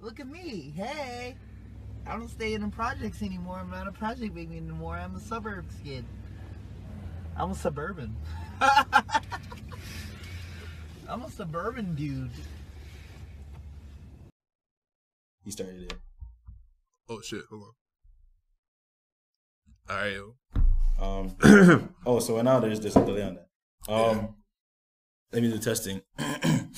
Look at me. Hey. I don't stay in the projects anymore. I'm not a project baby anymore. I'm a suburbs kid. I'm a suburban. I'm a suburban dude. You started it. Oh shit, hold on. All right, yo. Um, oh, so now there's there's a delay on that. Um, let me do testing.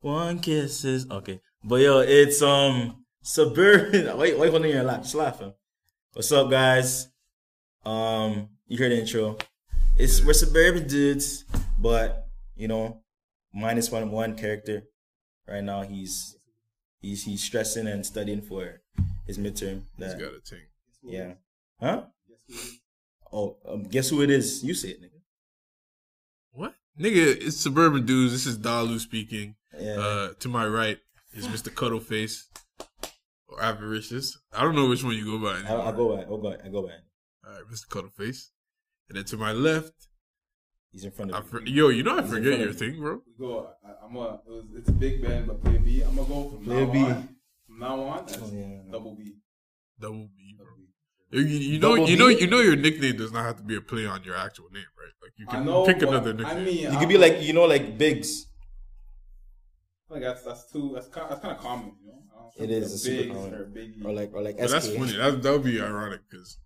One kiss is okay, but yo, it's um suburban. wait, wait, hold on your lap, just laughing. What's up, guys? Um, you heard the intro. It's we're suburban dudes, but you know, minus one one character. Right now, he's he's he's stressing and studying for his midterm. He's That got a tank. yeah, huh? Oh, um, guess who it is? You say it, nigga. What? Nigga, it's suburban dudes. This is Dalu speaking. Yeah. Uh, to my right is Mr. Cuddleface or Avaricious. I don't know which one you go by. I, Anymore. I go by. I go by. I go by. Oh. All right, Mr. Cuddleface. And then to my left, He's in front I of me. for- yo, you know I He's in forget front your of me. thing, bro. We go. I, I'm a. It was, it's Big Ben, but play B. I'm gonna go from Play now B. on. From now on, that's Oh, yeah. double B. Double B, bro. Double B. You, you- you know, Double you know, B? you know, your nickname does not have to be a play on your actual name, right? Like you I can know. pick but another nickname. I mean, You I- could be like you know like Biggs. Like that's that's too. That's kind. That's kind of common, you know. I don't It think is it's a big superpower. or big. or like or like But SK. that's funny. That that would be ironic because.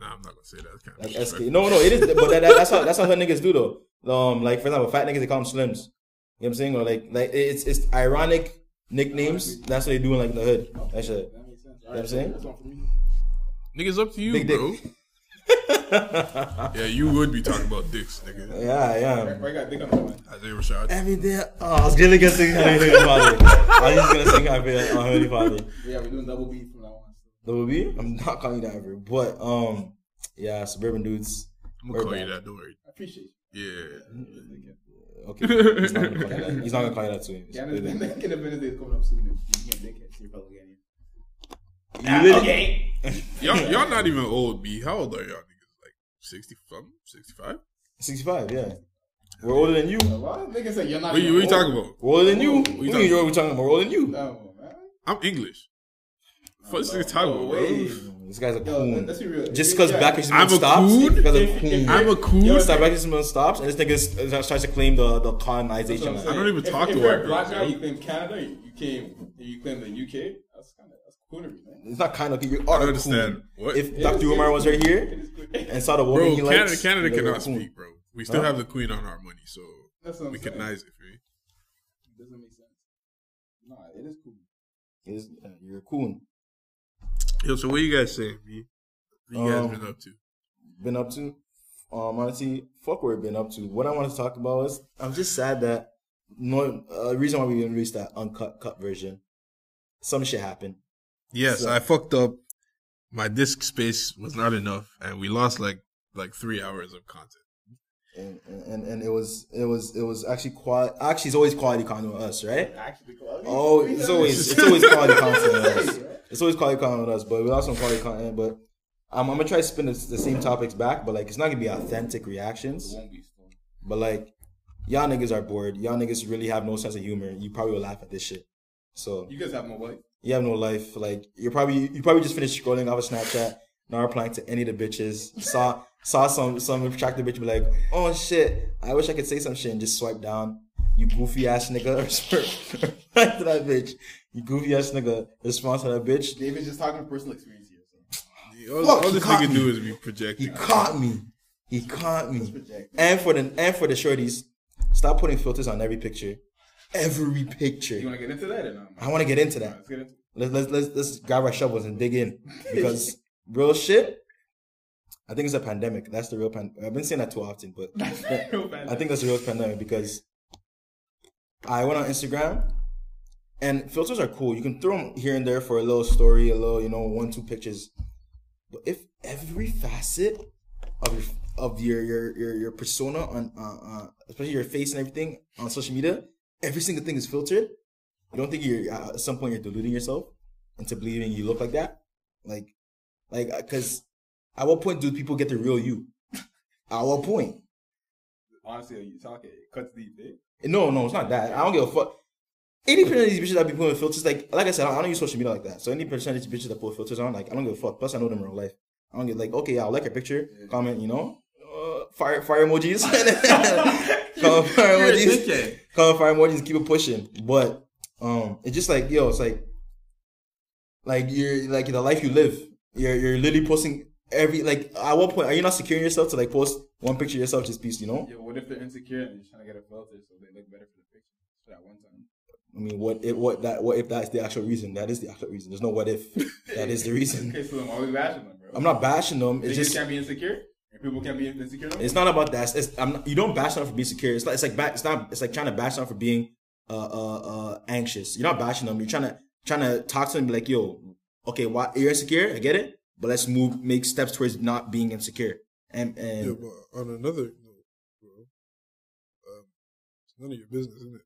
Nah, I'm not gonna say that. Kind Like of SK. No, no, it is. But that, that, that's how that's how her niggas do though. Um, like for example, fat niggas they call them slims. You know what I'm saying? Or like like it's it's ironic nicknames. That's what they do in like the hood. That shit. That makes sense. All what I'm saying? That's one for me. Niggas up to you, Big dick. bro. yeah, you would be talking about dicks, nigga. Yeah, yeah. Right, got big on that one. Isaiah Rashad. Every day, oh, I was really gonna sing Happy Holy Father. I was just gonna sing Happy Holy Father. Yeah, we're doing double B from now on. The So. movie? I'm not calling you that ever, but um, yeah, suburban dudes. I'm gonna call Urban. you that. Don't worry. I appreciate you. Yeah. Okay, he's not gonna call you that. He's not gonna call you that to him. Yeah, I understand. Like, in a minute, they're coming up soon. You're getting dickhead. So you're probably getting it. You really- Okay. Y'all, y'all not even old, B. How old are y'all niggas? Like 60 something? 65? 65, yeah. We're older than you. A lot of niggas say you're not. What you, what you even old. talking about? We're older than you. What Uh, What you do you talking mean you're- we're talking about? We're older than you. No, man. I'm English. First no, thing talking no about, way. bro. This guy's a Yo, coon. let's be real. Just because Yeah. back I'm Backstreet a stops, coon? because If- a if coon. I'm a coon. Yo, Stop back Backstreet stops, and this nigga s- uh, tries to claim the the That's what I'm colonization. saying. I don't even If- talk if to you're white a black girls, guy. yo. You claim Canada. You you came. You claim the UK. That's kind of that's coonery, man. It's not kind of you are I a understand. coon. What? If It is Dr. Umar good. was right It here is good. and saw the woman Bro, he Canada, likes, Canada you'd be like, cannot "You're a coon." speak, bro. We still Huh? have the queen on our money, so That's what I'm we saying. canonize it, feel me? Doesn't make sense. Nah, it is cool. It's- uh, You're a coon. Yo, so what you guys saying, B? What you guys Um, been up to? been up to. Um, honestly, fuck what we've been up to. What I want to talk about is I'm just sad that no uh, reason why we didn't release that uncut cut version. Some shit happened. Yes, So- I fucked up. My disk space was not enough, and we lost like like three hours of content. And, and, and- and it was it was it was actually quality. Actually, it's always quality content with us, right? Actually, cool. Oh, it's always it's always quality content with us. It's always quality content with us, but we lost some quality content. But um, I'm gonna try to spin the, the same topics back, but like it's not gonna be authentic reactions. won't be still. But like, y'all niggas are bored. Y'all niggas really have no sense of humor. You probably will laugh at this shit. So You guys have no life. you have no life. Like you're probably you probably just finished scrolling off a Snapchat, not replying to any of the bitches. Saw saw some some attractive bitch be like, oh shit, I wish I could say some shit and just swipe down. You goofy ass nigga, respond to that bitch. You goofy ass nigga, response to that bitch. David's just talking personal experience here. So. All, Fuck, all he this caught nigga me. do is be He projecting. caught me. He caught me. Project. And for the and for the shorties, stop putting filters on every picture. Every picture. You want to get into that or not? man? I want to get into that. Let's get into Let's let's let's let's grab our shovels and dig in because real shit. I think it's a pandemic. That's the real pan. I've been saying that too often, but it. Real bad. I think that's the real pandemic because I went on Instagram and filters are cool. You can throw them here and there for a little story, a little you know one two pictures. But if every facet of your of your your your, your persona on uh, uh, especially your face and everything on social media, every single thing is filtered. You don't think you're uh, at some point you're deluding yourself into believing you look like that, like like because at what point do people get the real you? At what point? honestly, you talk it. It cuts deep. Eh? No, no, it's not that. I don't give a fuck. Eighty percent of these bitches that be putting filters, like like I said, I don't, I don't use social media like that. So any percent of these bitches that put filters on, like I don't give a fuck. Plus I know them in real life. I don't get like okay, yeah, I'll like a picture, comment, you know, uh, fire fire emojis, comment fire You're a emojis, dickhead. comment fire emojis, keep it pushing. But um, it's just like yo, it's like like you're like the life you live. You're you're literally posting every like at what point are you not securing yourself to like post one picture of yourself just piece, you know? Yeah, what if they're insecure and they're trying to get a filter so they look better for the picture? For that one time. I mean, what if what that what if that's the actual reason? That is the actual reason. There's no what if. That is the reason. Okay, so I'm always bashing them, bro. I'm not bashing them. Niggas It's just can't be insecure. And people can't be insecure. No? it's not about that. It's, it's- I'm not, you don't bash them for being secure. It's like it's like ba- it's not it's like trying to bash them for being uh uh uh anxious. You're not bashing them. You're trying to trying to talk to them. And be like, yo, okay, why you're insecure? I get it, but let's move make steps towards not being insecure. And and Yeah, but on another note, bro, um, it's none of your business, isn't it?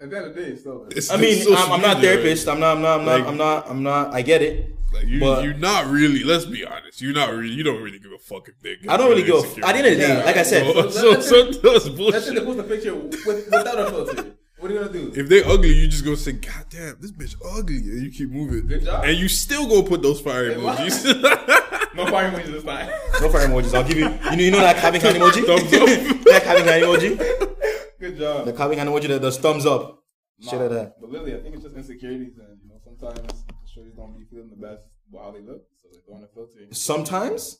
At the end of the day, it's still. It's I mean, social I'm, I'm not a media, right? therapist. I'm not. I'm not. I'm not. Like- I'm not. I'm not. I get it. Like you, But- you're not really. Let's be honest. You're not really. You don't really give a fuck if they. I don't really go. At the end of the day, Yeah. like I said, So, Let's- so, let's- so that's Oh, Let's say they bullshit. post a picture with, without a filter. What are you gonna do? If they ugly, you just gonna say, "God damn, this bitch ugly," and you keep moving. Good job. And you still gonna put those fire Hey, what? emojis. no fire emojis this time. No fire emojis. I'll give you. You know, you know that clapping hand emoji. Thumbs up. that clapping hand emoji. Good job. The clapping hand emoji. The, the thumbs up. Shit like that. But literally, I think it's just insecurities, and you know, sometimes shorties don't be feeling the best about how they look, so they throw in a filter. Sometimes.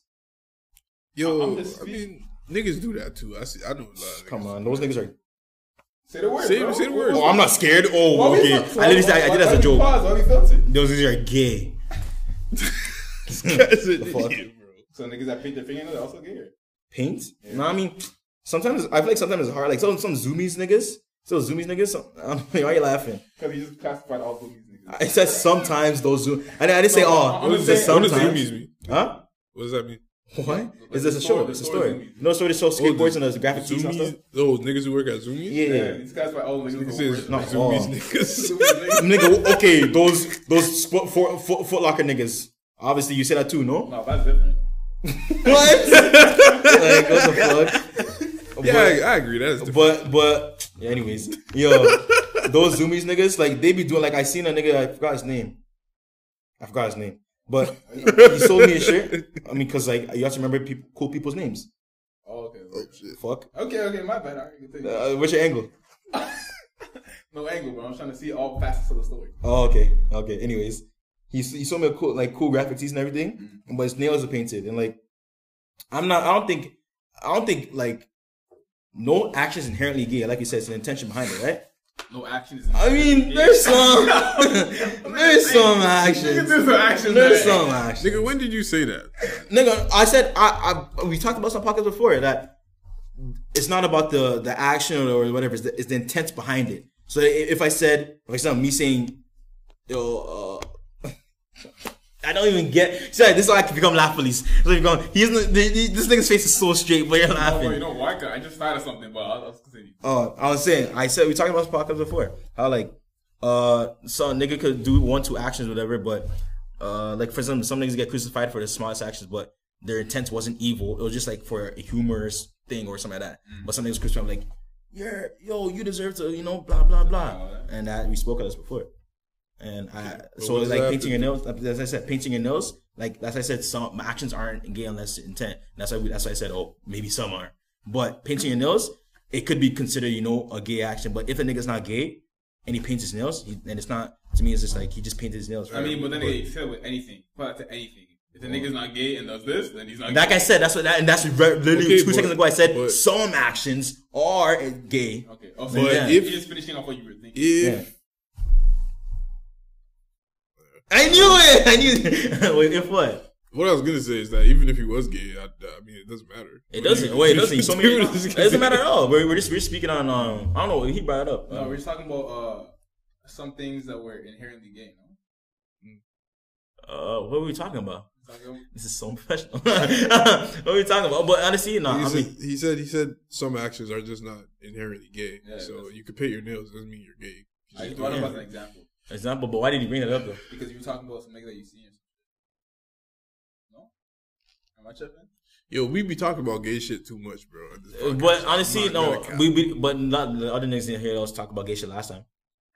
Yo, I'm just I mean, niggas do that too. I see. I know a lot. Of niggas. Come on, those niggas are. Say the word. Say- bro. say the What- word. what- Oh, I'm not scared. Oh, what we okay. I fil- so literally why- said I did why that as a we joke. Pause, why we filter? Those niggas are gay. This guy's an fuck? idiot, bro. So niggas that paint their fingernails are also gay. Paint. No, I mean, sometimes I feel like sometimes it's hard. Like some some zoomies niggas. Still zoomies niggas. Some, I don't know, why are you laughing? Because you just classified all boobies niggas. I said sometimes those zoom. I, didn't- I didn't say No, all. I'm Oh, just just saying- What does sometimes. zoomies mean? Huh? What does that mean? What? Like Is this the a show? story- It's a the story. story You know, the story that shows Oh, the- skateboards and the graphic tees and stuff. Zoomies. Those niggas who work at zoomies. Yeah. Yeah, you just classified all niggas. This as is over- No. zoomies oh. niggas. Niggas- Nigga, okay, those those foot, foot, foot, foot locker niggas. Obviously, you say that too, no? No, that's different. What? like, what the fuck? yeah, I, I agree. That's But, but, different. but, yeah, anyways, yo, those zoomies niggas, like, they be doing, like, I seen a nigga, I forgot his name. I forgot his name. But he sold me a shirt. I mean, because, like, you have to remember people, cool people's names. Oh, okay. Oh, shit. Fuck. Okay, okay, my bad. I can take it. Uh, what's your angle? No angle, but I'm trying to see all facets of the story. Oh, okay, okay. Anyways, he s- he showed me a cool like cool graphic tees and everything, but his nails are painted and like I'm not. I don't think I don't think like no action is inherently gay. Like you said, it's an intention behind it, right? No action is. I mean, there's some there's some action. There's some action. There's there. some action. Nigga, when did you say that? Nigga, I said I, I we talked about some podcasts before that it's not about the the action or whatever. It's the, it's the intent behind it. So i- if I said, for example, me saying, yo, uh, I don't even get. See, like, this is why I can become laugh police. So you're going, he isn't. th- th- This nigga's face is so straight, but you're Oh, bro, you laughing. know why? 'Cause I just thought of something, but I'll, I'll continue. Oh, I was saying, I said we talked about this podcast before. How like, uh, some nigga could do one two actions, whatever, but uh, like for some some niggas get crucified for the smallest actions, but their intent wasn't evil. It was just like for a humorous thing or something like that. But some niggas crucified like, you're yo, you deserve to, you know, blah blah blah, and that we spoke of this before. And I, so what does like that painting your nails, as I said, painting your nails, like that's why I said some actions aren't gay unless intent. That's why we, that's why I said, oh, maybe some are. But painting your nails, it could be considered, you know, a gay action. But if a nigga's not gay and he paints his nails, he, then it's not. To me, it's just like he just painted his nails. I mean, but then right? they fit with anything. Apply it to anything. If the nigga's not gay and does this, then he's not like gay. I said, that's what that, and that's re- literally Okay, two but- seconds ago. I said but- some actions are gay. Okay. Oh, But so you're- if- you're just finishing off what you were thinking. Yeah. If I knew it. I knew it. Wait, if what? what I was gonna say is that even if he was gay, I, I mean, it doesn't matter. It doesn't. Wait, it doesn't. You told me Dude, it this is- doesn't matter at all. We're, we're just we're speaking on. Um, I don't know. He brought it up. No, we're just talking about uh, some things that were inherently gay. No? Uh, what were we talking about? It's like, This is so professional. what were we talking about? But honestly, no. He I said, mean, he said he said some actions are just not inherently gay. Yeah, so that's- you could paint your nails doesn't mean you're gay. I just brought it up as an example example. But why did he bring it up though? because you were talking about some nigga that you see. No, am I tripping? Yo, we be talking about gay shit too much, bro. on this podcast. But I'm honestly, not no, gonna cap. we, we but not the other niggas didn't hear us talk about gay shit last time.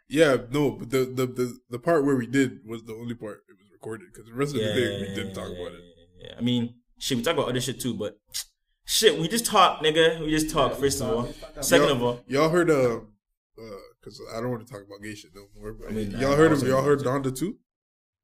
Yeah, no, but the, the the the part where we did was the only part it was recorded because the rest of the day we didn't talk about it. yeah, yeah. I mean, shit, we talk about other shit too, but shit, we just talk, nigga. We just talk. first of all, second y'all, of all, y'all heard uh, because I don't want to talk about gay shit no more. But I mean, y'all I- heard I of was y'all talking heard about Donda too?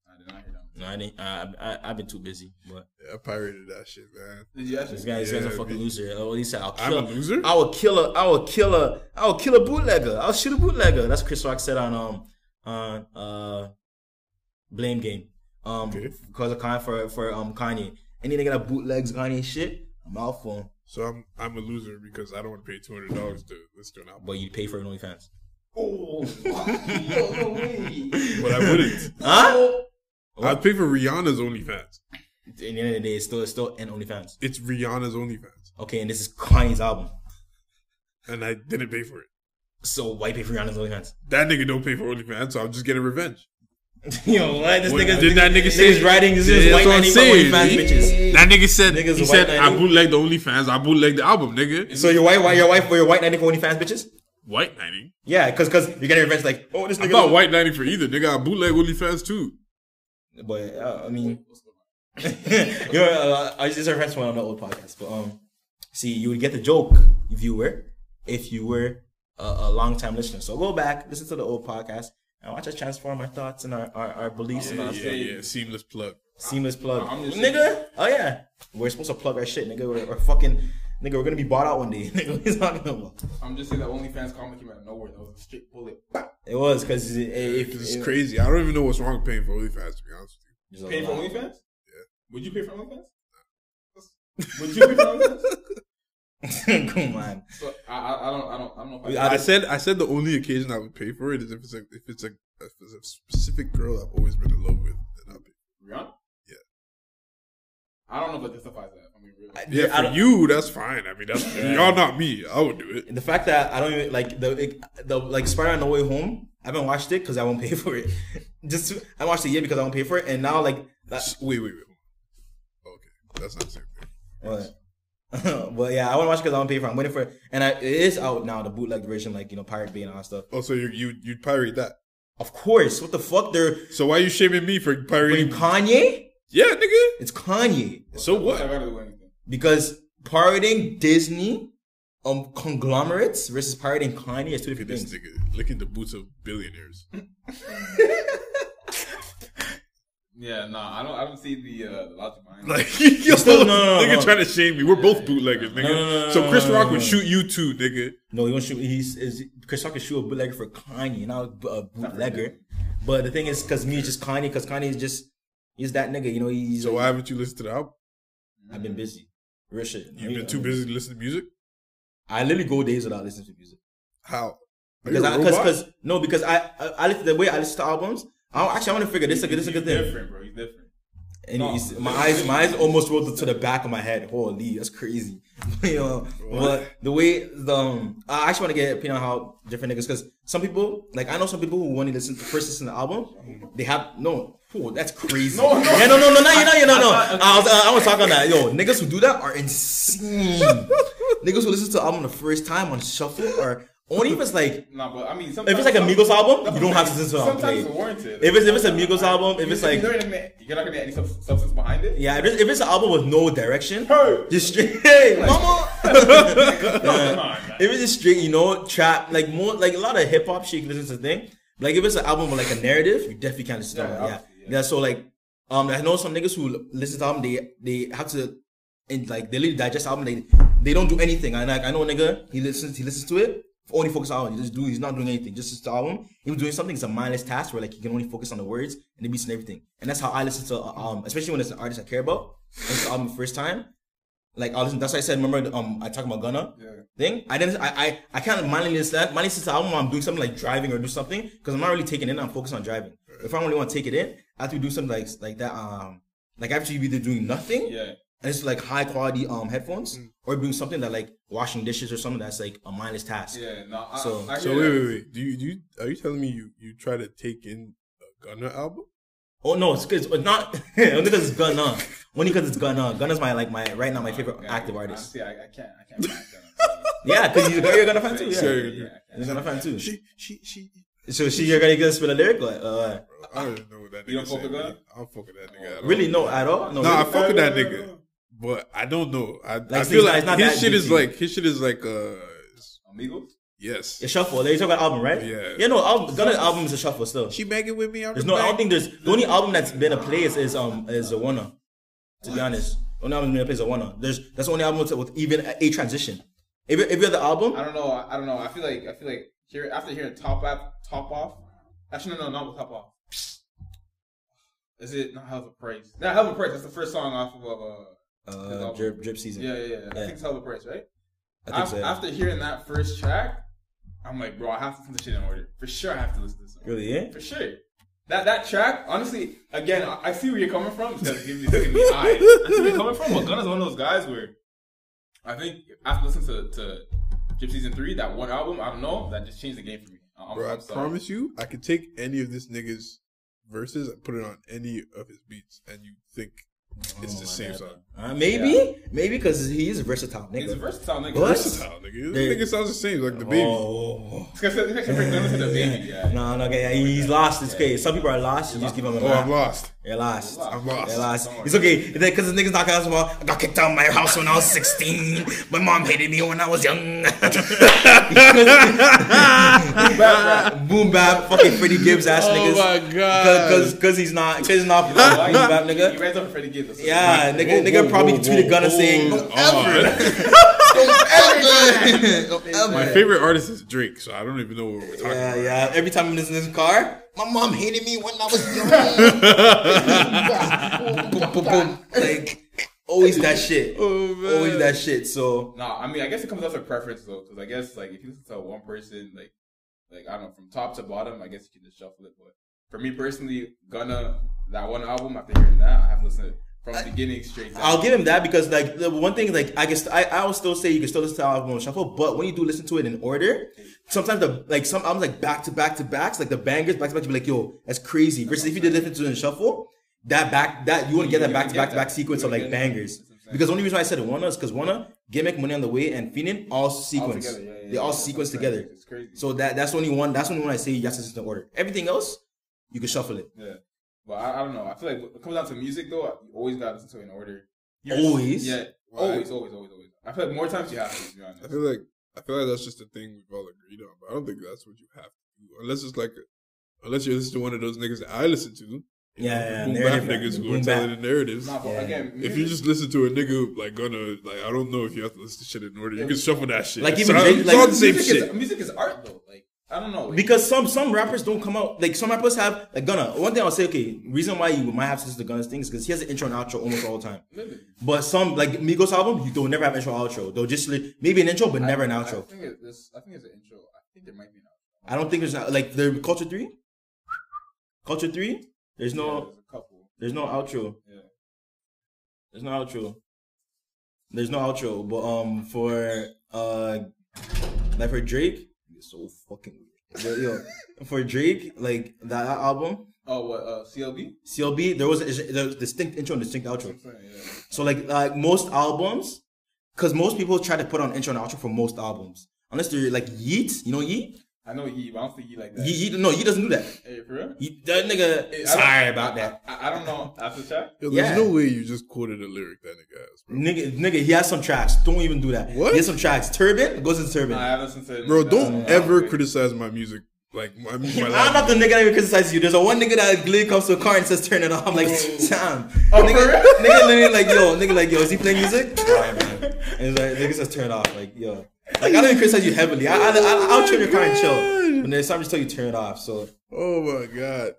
I did not hear that. no, I didn't. I, I I've been too busy. But Yeah, I pirated that shit, man. Did you this actually? guy, this guy's Yeah, a fucking me- loser. Oh, he said, "I'll I'm kill a loser. I will kill a, I will kill a, I will kill a bootlegger. I'll shoot a bootlegger. That's Chris Rock said on um on uh Blame Game. Um, Okay. because of Kanye for for um Kanye. Any nigga that bootlegs Kanye shit, I'm out for him. So I'm I'm a loser because I don't want to pay two hundred dollars to listen to an album. But you pay for it on OnlyFans, Oh, yo, no way. But I wouldn't. huh? I'd pay for Rihanna's OnlyFans. At the end of the day, it's still it's still an OnlyFans. It's Rihanna's OnlyFans, Okay, and this is Kanye's album, and I didn't pay for it. so why pay for Rihanna's OnlyFans? That nigga don't pay for OnlyFans, so I'm just getting revenge. Yo, what? This What- nigga, didn't that nigga say- nigga's writing this Yeah, is that's white what I'm man saying. OnlyFans bitches. That nigga said Niggas he a said white I ninety." bootlegged the OnlyFans. I bootlegged the album, nigga. So your white, white, your wife, your white ninety for OnlyFans bitches? White ninety. Yeah, cause cause you're getting revenge. Like, oh, this I'm nigga. not white ninety for either, nigga. I bootleg OnlyFans too. But uh, I mean, you're, uh, I just referenced one on the old podcast. But um, see, you would get the joke, viewer, if you were a, a long time listener. So go back, listen to the old podcast, and watch us transform our thoughts and our our, our beliefs and Oh, Yeah, our yeah, yeah. Seamless plug. seamless plug, I'm just- nigga. Oh yeah, we're supposed to plug our shit, nigga. We're, we're fucking, nigga. We're gonna be bought out one day. Nigga, what are you talking about? I'm just saying that OnlyFans comment came out of nowhere. That was a straight bullet. It was because if This is crazy. I don't even know what's wrong with paying for OnlyFans. To be honest with there's a Pay for lot. OnlyFans? Yeah. Would you pay for OnlyFans? Would you pay for OnlyFans? Come on. So, I, I, I don't, I don't, I don't know. If you, I, said I said the only occasion I would pay for it is if it's a if it's a if it's a specific girl I've always been in love with. Then I'll pay. Rihanna? Yeah. I don't know if that justifies that. I mean, really. I- Yeah, I for don't- you that's fine. I mean, that's y'all not me. I would do it. the fact that I don't even like the it, the like Spider on the way home. I haven't watched it because I won't pay for it. Just to- I watched it yet because I won't pay for it, and now like that. S- Wait, wait, wait. Okay, that's not the same thing. What? but yeah, I want to watch because I won't pay for. it. I'm waiting for, it. and I, it is out now the bootleg version, like you know Pirate Bay and all that stuff. Oh, so you you you pirate that? Of course, what the fuck? They're So why you shaming me for pirating? wait, Kanye. yeah, nigga. It's Kanye So I what? gotta do anything. because pirating Disney um conglomerates versus pirating Kanye is two different This things. nigga licking the boots of billionaires. Yeah, nah, I don't, I don't see the uh, the logic behind it. Like, yo, still- no, no, nigga no. trying to shame me. We're both bootleggers, nigga. no, no, so Chris no, no, Rock no, would no. shoot you too, nigga. No, he won't shoot. He's is Chris Rock can shoot a bootlegger for Kanye, not a bootlegger. But the thing is, because me, it's just Kanye, because Kanye is just he's that nigga. You know, he's. So why haven't you listened to the album? I've been busy, real shit. You've been too busy to listen to music. I literally go days without listening to music How? Are you because a I because robot? because no because I I, I listen, the way I listen to albums. I don't, actually I want to figure this is a good- this is a good He's thing. different, bro. He's different. And he's- my eyes my eyes almost rolled to the back of my head. Holy, that's crazy. you know, but the way the um, I actually want to get an opinion on how different niggas because some people like I know some people who want to listen to first listen to the album they have no. Phew, that's crazy. No, no, yeah, no, no, no, no, you know, you know, no. I was, uh, I was talking that. Yo, niggas who do that are insane. niggas who listen to the album the first time on shuffle are only if it's like Nah, but I mean, sometimes if it's like a Migos album, you don't have to listen to it on Sometimes it's play. warranted. If it's if it's a Migos album, if it's like you're not gonna- you're not gonna get any sub- substance behind it. yeah, if it's, if it's an album with no direction, Hey! just straight, hey, mama. Come on, man. if it's just straight, you know, trap, like more, like a lot of hip hop shit, this is the thing. Like if it's an album with like a narrative, you definitely can't listen to Yeah, it. Yeah. obviously, yeah, So like, um, I know some niggas who l- listen to album, they they have to, and like they literally digest album, they they don't do anything. And like I know a nigga, he listens, he listens to it. Only focus on album. He just do. He's not doing anything. Just listen to album. He was doing something. It's a mindless task where like he can only focus on the words and the beats and everything. And that's how I listen to uh, um, especially when it's an artist I care about. I listen to album the first time. Like I listen. That's why I said. Remember, um, I talked about Gunna Yeah. thing. I didn't. I I, I can't mindly listen. Mindly listen to album when I'm doing something like driving or do something because I'm not really taking it. in. I'm focused on driving. If I really want to take it in, I have to do something like like that. Um, like I have to be either doing nothing Yeah. Mm. and it's like high quality um headphones or doing something that like washing dishes or something that's like a mindless task. Yeah. No. I, So- I hear So wait, that. wait, wait. Do you, do you are you telling me you you try to take in a Gunna album? Oh no, it's, it's not only because it's Gunna. Only because it's Gunna. Gunna's my like my right now my favorite Yeah, active artist. Honestly, Oh, I, I can't. I can't. back down. Yeah, because you're, you're a Gunna fan too. Yeah, Yeah, yeah, yeah, I you're a can't. Gunna fan too. She, she, she. So she you're gonna get spit a lyric? Like, uh, I don't even know what that nigga You don't fuck said, with man. that? I don't fuck with that nigga. At all. really? No, at all? No. Nah, I really? fuck with that nigga, but I don't know. I, I it's feel not- like it's not his that shit is deep. like his shit is like uh Amigos. yes. It's shuffle. Like, you talking about album, right? Yeah. Yeah, no, album, Gunna's album is a shuffle still. She banging with me. out There's the no. I back. don't think there's the only album that's been a place is um is a Warner. To be honest, the only album that's been a place is a Warner. There's that's the only album with, with even a, a transition. Every every other album. I don't know. I, I don't know. I feel like I feel like here after hearing top off, top off. Actually, no, no, not with top off. Is it not Hell of a Praise? Not Hell of a Praise. That's the first song off of. Uh, Uh, drip drip season. yeah, yeah, yeah. I Yeah. think it's Hell of a Praise, right? I think Af- so. after, yeah. hearing that first track, I'm like, bro, I have to put this shit in order. For sure, I have to listen to this. Song. Really? Yeah. For sure. That that track, honestly, again, I, I see where you're coming from because it gives me, it's giving me eyes. I see where you're coming from. Well, Gunna's one of those guys where I think after listening to, to Gypsy Season 3, that one album, I don't know, that just changed the game for me. I'm, Bro, I I'm sorry. promise you, I could take any of this nigga's verses and put it on any of his beats, and you think Oh it's the same song. Uh, maybe maybe because he is a versatile nigga. He's a versatile nigga. What? Versatile, nigga. They- This nigga sounds the same, like the baby. Oh. It's 'cause it makes me bring Gunna to the baby, yeah. No, no, okay, yeah, he's lost. It's okay. Some people are lost. You just give them a Oh, I'm laugh. lost. You're lost. I'm lost. They're lost. It's okay because the niggas not out about. I got kicked out of my house when I was 16. My mom hated me when I was young. Boom bap, fucking Freddie Gibbs ass niggas. Oh my God. Because because he's not because he's not You know why? boom bap nigga. You guys up Freddie Gibbs. Yeah, nigga, nigga probably tweeted Gunna saying, Don't ever. Oh, My favorite artist is Drake, so I don't even know what we're talking yeah, about. yeah. Every time I'm in this car, my mom hated me when I was young. boom, boom, boom. Like always that shit, always that shit. So No, I mean, I guess it comes down to preference though, because I guess like if you listen to one person, like like I don't know, from top to bottom, I guess you can just shuffle it. But for me personally, Gunna, that one album after hearing that, I have listened to it from beginning straight. Down. I'll give him that because like the one thing like I guess I I will still say you can still listen to album on shuffle, but when you do listen to it in order, sometimes the like some albums like back to back to backs like the bangers back to back you be like yo that's crazy. Versus if you did listen to it in shuffle, that back that you wouldn't get that You back to back to back that. sequence of You like wouldn't get that. bangers. That's what I'm saying. Because the only reason why I said Wanna is because Wanna gimmick money on the way and Phoenix all sequence together, yeah, yeah, they all yeah, sequence that's what I'm saying. together. It's crazy. So that that's only one that's only one I say yes to listen to order. Everything else you can shuffle it. yeah, but I, I don't know. I feel like when it comes down to music though. You always gotta listen to it in order. Always? yeah, always, always, always, always. I feel like more times you have to. To be honest, I feel like I feel like that's just a thing we've all agreed on, but I don't think that's what you have to do. Unless it's like unless you listen to one of those niggas that I listen to. you Yeah, know, yeah, boom bap narrative, niggas who boom are bap. telling the narratives. Nah, but Yeah. again, If you just listen to a nigga like gonna like I don't know if you have to listen to shit in order. You can shuffle that shit. Like, It's even all- Drake- it's like- all the same music is, shit. Music is art though. Like I don't know. Like, Because some some rappers don't come out like some rappers have like Gunna. One thing I'll say, okay, reason why you might have to listen to Gunna's thing is because he has an intro and outro almost all the time. But some like Migos album, you don't never have intro outro. They'll just li- maybe an intro, but never an I outro. think it, this. I think it's an intro. I think there might be an outro. I don't think there's not, like the Culture Three, Culture Three. There's Yeah, no there's a couple. there's no outro. Yeah. There's no outro. There's no outro. But um for uh like for Drake, it's so fucking weird. But, yo, for Drake, like that album. Oh, what? Uh, CLB. CLB, there was a, there was a distinct intro and distinct outro. Sorry, yeah. So like like most albums, because most people try to put on intro and outro for most albums, unless they're like Yeet, you know Yeet. I know Yee, but I don't think Yee like that. Ye Yeet no, Yeet doesn't do that. Hey, for real? Yeet, that nigga, Hey, I don't- sorry about that. I, I don't know. After check. Yo, Yeah. there's no way you just quoted a lyric that nigga has, bro. Nigga, nigga, he has some tracks. Don't even do that. What? He has some tracks. Turban goes into No, Turban. I haven't listened to. it. Bro, No, don't no, ever no. criticize my music. Like my, my I'm not the nigga that even criticizes you. There's a one nigga that literally comes to a car and says turn it off. I'm like, Sam. Oh, nigga, nigga literally like, yo, nigga like, yo, is he playing music? Alright, man. And he's like, nigga says turn it off. Like, yo. Like, I don't even criticize you heavily. I, I, I, I'll chill your car and chill. But there's time to tell you turn it off. So Oh my god.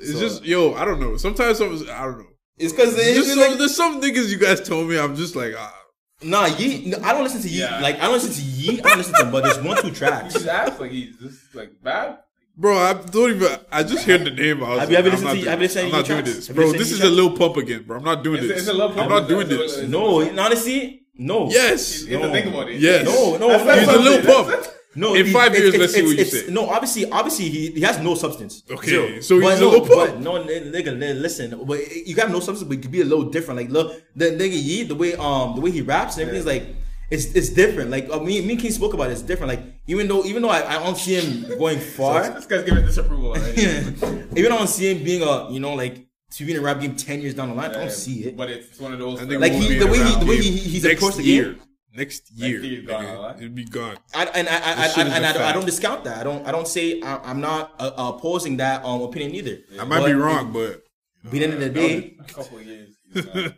It's So- just yo, I don't know. Sometimes some I don't know. it's because There's, it's just just some, like, there's some niggas you guys told me I'm just like ah, nah, Yeet. No, I don't listen to Yeet. Yeah. Like, I don't listen to Yeet. I don't listen to him, but there's one, two He tracks. just acts like he's just like bad. bro. I don't even. I just heard the name. I was Have you ever like, listened I'm not to- doing- have you listened to I'm not any doing tracks? this, Have you bro. listened to This any is a Lil Pump again, bro. I'm not doing It's a- this. it's a Lil I'm Pump. not doing It's a- this. it's a- No, honestly, no. Yes, You have to think about it. yes. No, no, He's a no. Lil Pump. No, In he- five it's- years, it's- let's see it's- what you it's- say. No, obviously, obviously he, he has no substance. Okay, Zero. so but he's a no, little but no, n- nigga, li- listen, but you got no substance, but it could be a little different. Like look, the nigga Yee, the way um the way he raps and everything's like. It's, it's different. Like uh, me, me and King spoke about it. It's different. Like even though even though I, I don't see him going far, This guy's giving disapproval already. even on seeing being a you know like to be in a rap game ten years down the line, I don't see it. But it's one of those. I think Like, we'll he- be the in way a he- round the way game he- he's next approached the year. game. Next year, year, nigga, gone, huh? it'd be gone. I, and I I, This I, shit is and a I, don't- I fact. don't discount that. I don't I don't say I, I'm not uh, uh, opposing that um, opinion either. I might be wrong, Uh, but But at the end of the day, a couple of years. you know.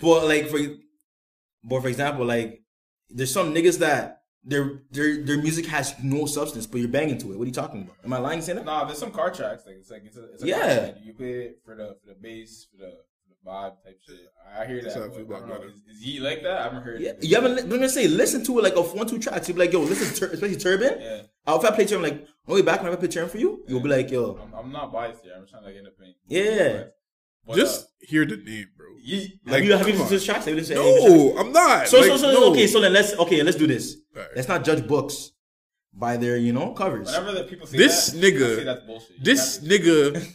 but like for, but for example, like there's some niggas that their their their music has no substance, but you're banging to it. What are you talking about? Am I lying saying that? Nah, there's some car tracks. Like it's like it's a, it's a Yeah. Car track. You play it for the for the bass for the for the vibe type shit. I hear that. That's how I but feel I about don't know, Gunna. is, is he like that? I haven't heard. Yeah, it. you haven't. li- Let me say, listen to it like a one two tracks. You'll be like, yo, listen, to tur- especially Turban. Yeah. Uh, if I play Turban, like on the way back when I play Turban for you, you'll be like, yo, I'm, I'm not biased here. I'm just trying to like, end up being. Yeah. But, just uh, hear the name, bro. Ye- Have Like, you have you come listened to his tracks? Have you listened to any of his tracks? No, I'm not. So Like, so so no. okay. So then let's okay. Let's do this. Alright. Let's not judge books by their you know covers. whenever the people say This that, nigga- I say that's bullshit. You this have to- nigga.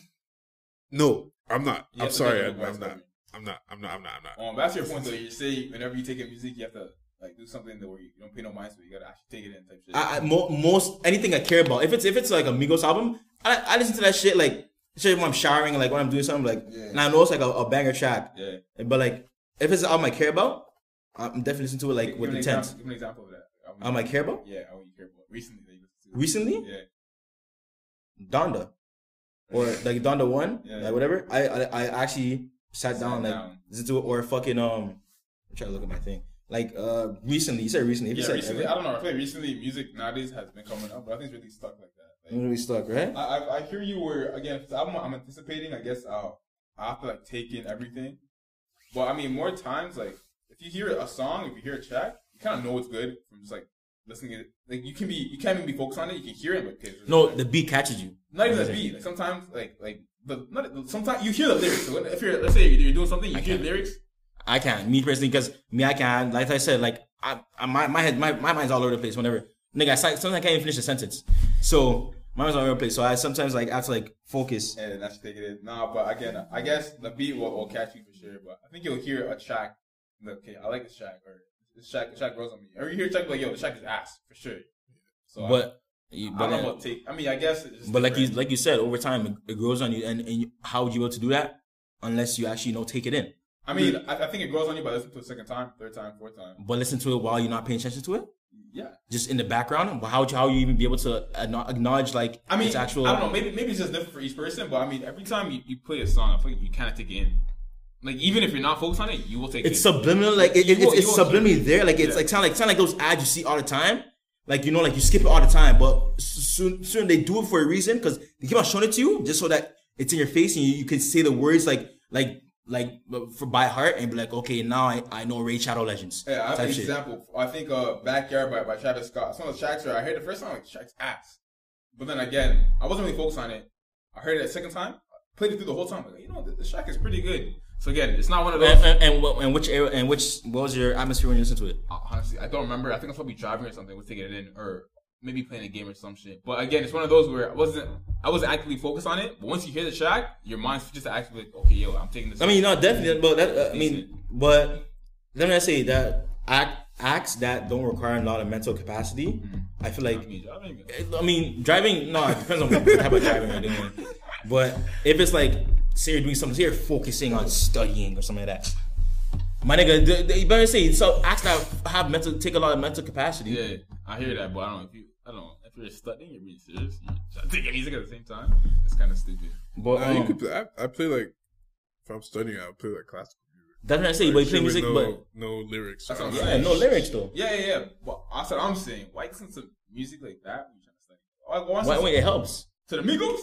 No, I'm not. you have I'm to sorry, think I'm, about I'm what's not. happening. I'm not. I'm not. I'm not. I'm not. Um, that's your point though. You say whenever you take in music, you have to like do something that where you don't pay no mind to. it. You gotta actually take it in type shit. I, I mo- most anything I care about. If it's if it's like a Migos album, I, I listen to that shit like shit when I'm showering, like when I'm doing something, like Yeah. and I know it's like a, a banger track. yeah. But like if it's an album I care about, I'm definitely listening to it like Give with an intent. example- Give me an example of that. I mean, Album I care about yeah, I wouldn't care about recently. That you listened to. recently, Yeah. Donda or like Donda One, Yeah. like whatever. I I, I actually sat down like down. listened to it or fucking um. I'm trying to look at my thing. Like uh recently, you said recently. If you Yeah, said recently, ever, I don't know. I feel like recently music nowadays has been coming up, but I think it's really stuck like that. I'm Like, gonna be stuck, right? I, I, I hear you where again. i I'm, I'm anticipating. I guess I'll I have to like take in everything. But I mean, more times like if you hear a song, if you hear a track, you kind of know it's good from just like listening to it. Like you can be, you can't even be focused on it. You can hear it, but okay, it's- No, the beat catches you. not even the beat. Like sometimes, like like the not, sometimes you hear the lyrics. So if you're let's say you're doing something, you hear the lyrics. I can't. Me personally, because me, I can't. Like I said, like I, I my my head, my, my mind's all over the place. Whenever nigga, I, si- sometimes I can't even finish a sentence. So my mind's all over the place. So I sometimes like I have to like focus. and that's take it in. Nah, but again, I guess the beat will, will catch you for sure. But I think you'll hear a track. and, Okay, I like this track, or this track, this track grows on me. Or you hear a track like, yo, the track is ass for sure. So But I, but, I don't know what take. I mean, I guess. It's just but like you different. like you said, over time it, it grows on you. And, and you, how would you be able to do that unless you actually you know take it in? I mean, I, I think it grows on you by listening to it a second time, third time, fourth time. But listen to it while you're not paying attention to it, Yeah, just in the background. But how would you- how would you even be able to acknow- acknowledge like I mean, its actual? I don't know. Maybe maybe it's just different for each person. But I mean, every time you, you play a song, I feel like you kind of take it in. Like even if you're not focused on it, you will take it's it. in. subliminal, like it, You it, it's, won't- it's you won't subliminally there. Like it's Yeah. like sound like sound like those ads you see all the time. Like you know, like you skip it all the time, but s- soon soon they do it for a reason because they keep on showing it to you just so that it's in your face and you, you can say the words like like like for by heart and be like, okay, now I, I know Ray Shadow Legends. Yeah, I have an type shit. example. I think uh, "Backyard" by, by Travis Scott. It's one of the tracks where I heard the first time like tracks ass, but then again, I wasn't really focused on it. I heard it a second time, played it through the whole time. Like, you know, this track is pretty good. So again, it's not one of those. uh, And, and, and, what- and which era, and which what was your atmosphere when you listened to it? Honestly, I don't remember. I think I was probably driving or something, was taking it in, or maybe playing a game or some shit. But again, it's one of those where I wasn't, I wasn't actively focused on it. But once you hear the track, your mind switches to actually like, okay, yo, I'm taking this. I mean, not definitely, but that uh, I mean, Decent. but let me say that act, acts that don't require a lot of mental capacity. Mm-hmm. I feel like driving. I mean, driving. No, it depends on what type of driving you're doing. But if it's like, say you're doing something, say you're focusing on studying or something like that. My nigga, th- th- you better say so. Acts that have mental take a lot of mental capacity. Yeah, I hear that, but I don't know if you, I don't know if you're studying, you're being serious. You're trying to take music at the same time. It's kind of stupid. But Nah, um, you could. Play, I, I play like if I'm studying, I play like classical music. that's what I say. But you play Shit with music, no, no lyrics. That's I what don't but I'm yeah, saying. no lyrics though. Yeah, yeah, yeah. But I said I'm saying, why listen to music like that? When you're trying to study? Like, why Wait, listen wait, it helps. to the Migos?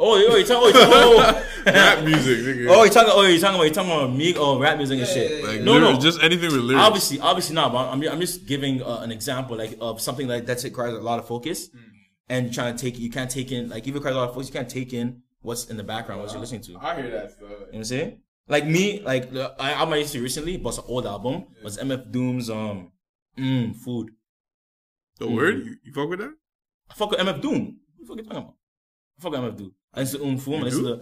Oh, you- oh, you're talking, oh, you're talking, know. rap music, nigga. oh, you're talking, oh, you're talking about, you're talking about me, oh, rap music and shit. like, no, lyrics, no. just anything with lyrics. obviously, obviously not. But I'm, I'm just giving uh, an example, like of something like that requires a lot of focus, Mm. and trying to take you can't take in like if it requires a lot of focus, you can't take in what's in the background, Uh-huh. what you're listening to. You know I hear that stuff. what I'm saying? Like me, like the- I album I used to recently, but it's an old album was MF Doom's um, mm, food. The word? You, you fuck with that? I fuck with MF Doom. What the fuck you talking about? I fuck with MF Doom. I used to own Foom. I used to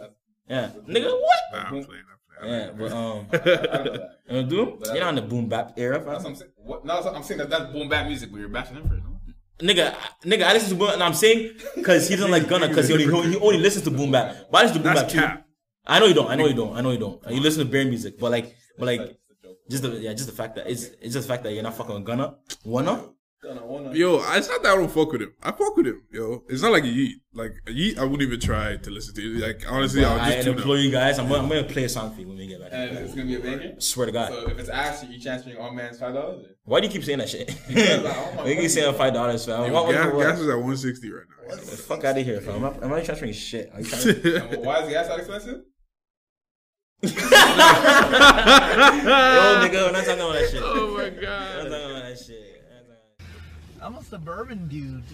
yeah, nigga, what? Nah, I'm playing. I'm playing. Yeah, but um, I don't know that. MF Doom. You're not in the boom bap era, fam. That's what I'm saying. What? No, that's what I'm saying that that's boom bap music, but you're bashing him for it. No? Nigga, I- nigga, I listen to boom, and I'm saying because he doesn't like Gunna because he only, he only- he only listens to boom bap. But I listen to boom bap That's too. cap. I know you don't. I know you don't. I know you don't. You listen to bare music, but like, but like, just the yeah, just the fact that it's it's just the fact that you're not fucking with Gunna. Wanna? Yo, it's not that I don't fuck with him. I fuck with him. Yo, it's not like a yeet. Like a yeet, I wouldn't even try to listen to. Like honestly, I I'll just tune out. implore you guys. I'm gonna, I'm gonna play a song for you when we get back. And it's gonna be a banger. Swear to God. So if it's ass, you transferring all man's five dollars. Why do you keep saying that shit? don't want you keep saying five dollars, fam. What, what, Gas, what? gas is at 160 right now. Fuck out of here, fam. I'm not, I'm not transferring shit. Are you trying to- Why is gas that expensive? Yo, nigga, we're not talking about that shit. Oh my god. We're not talking about that shit. I'm a suburban dude.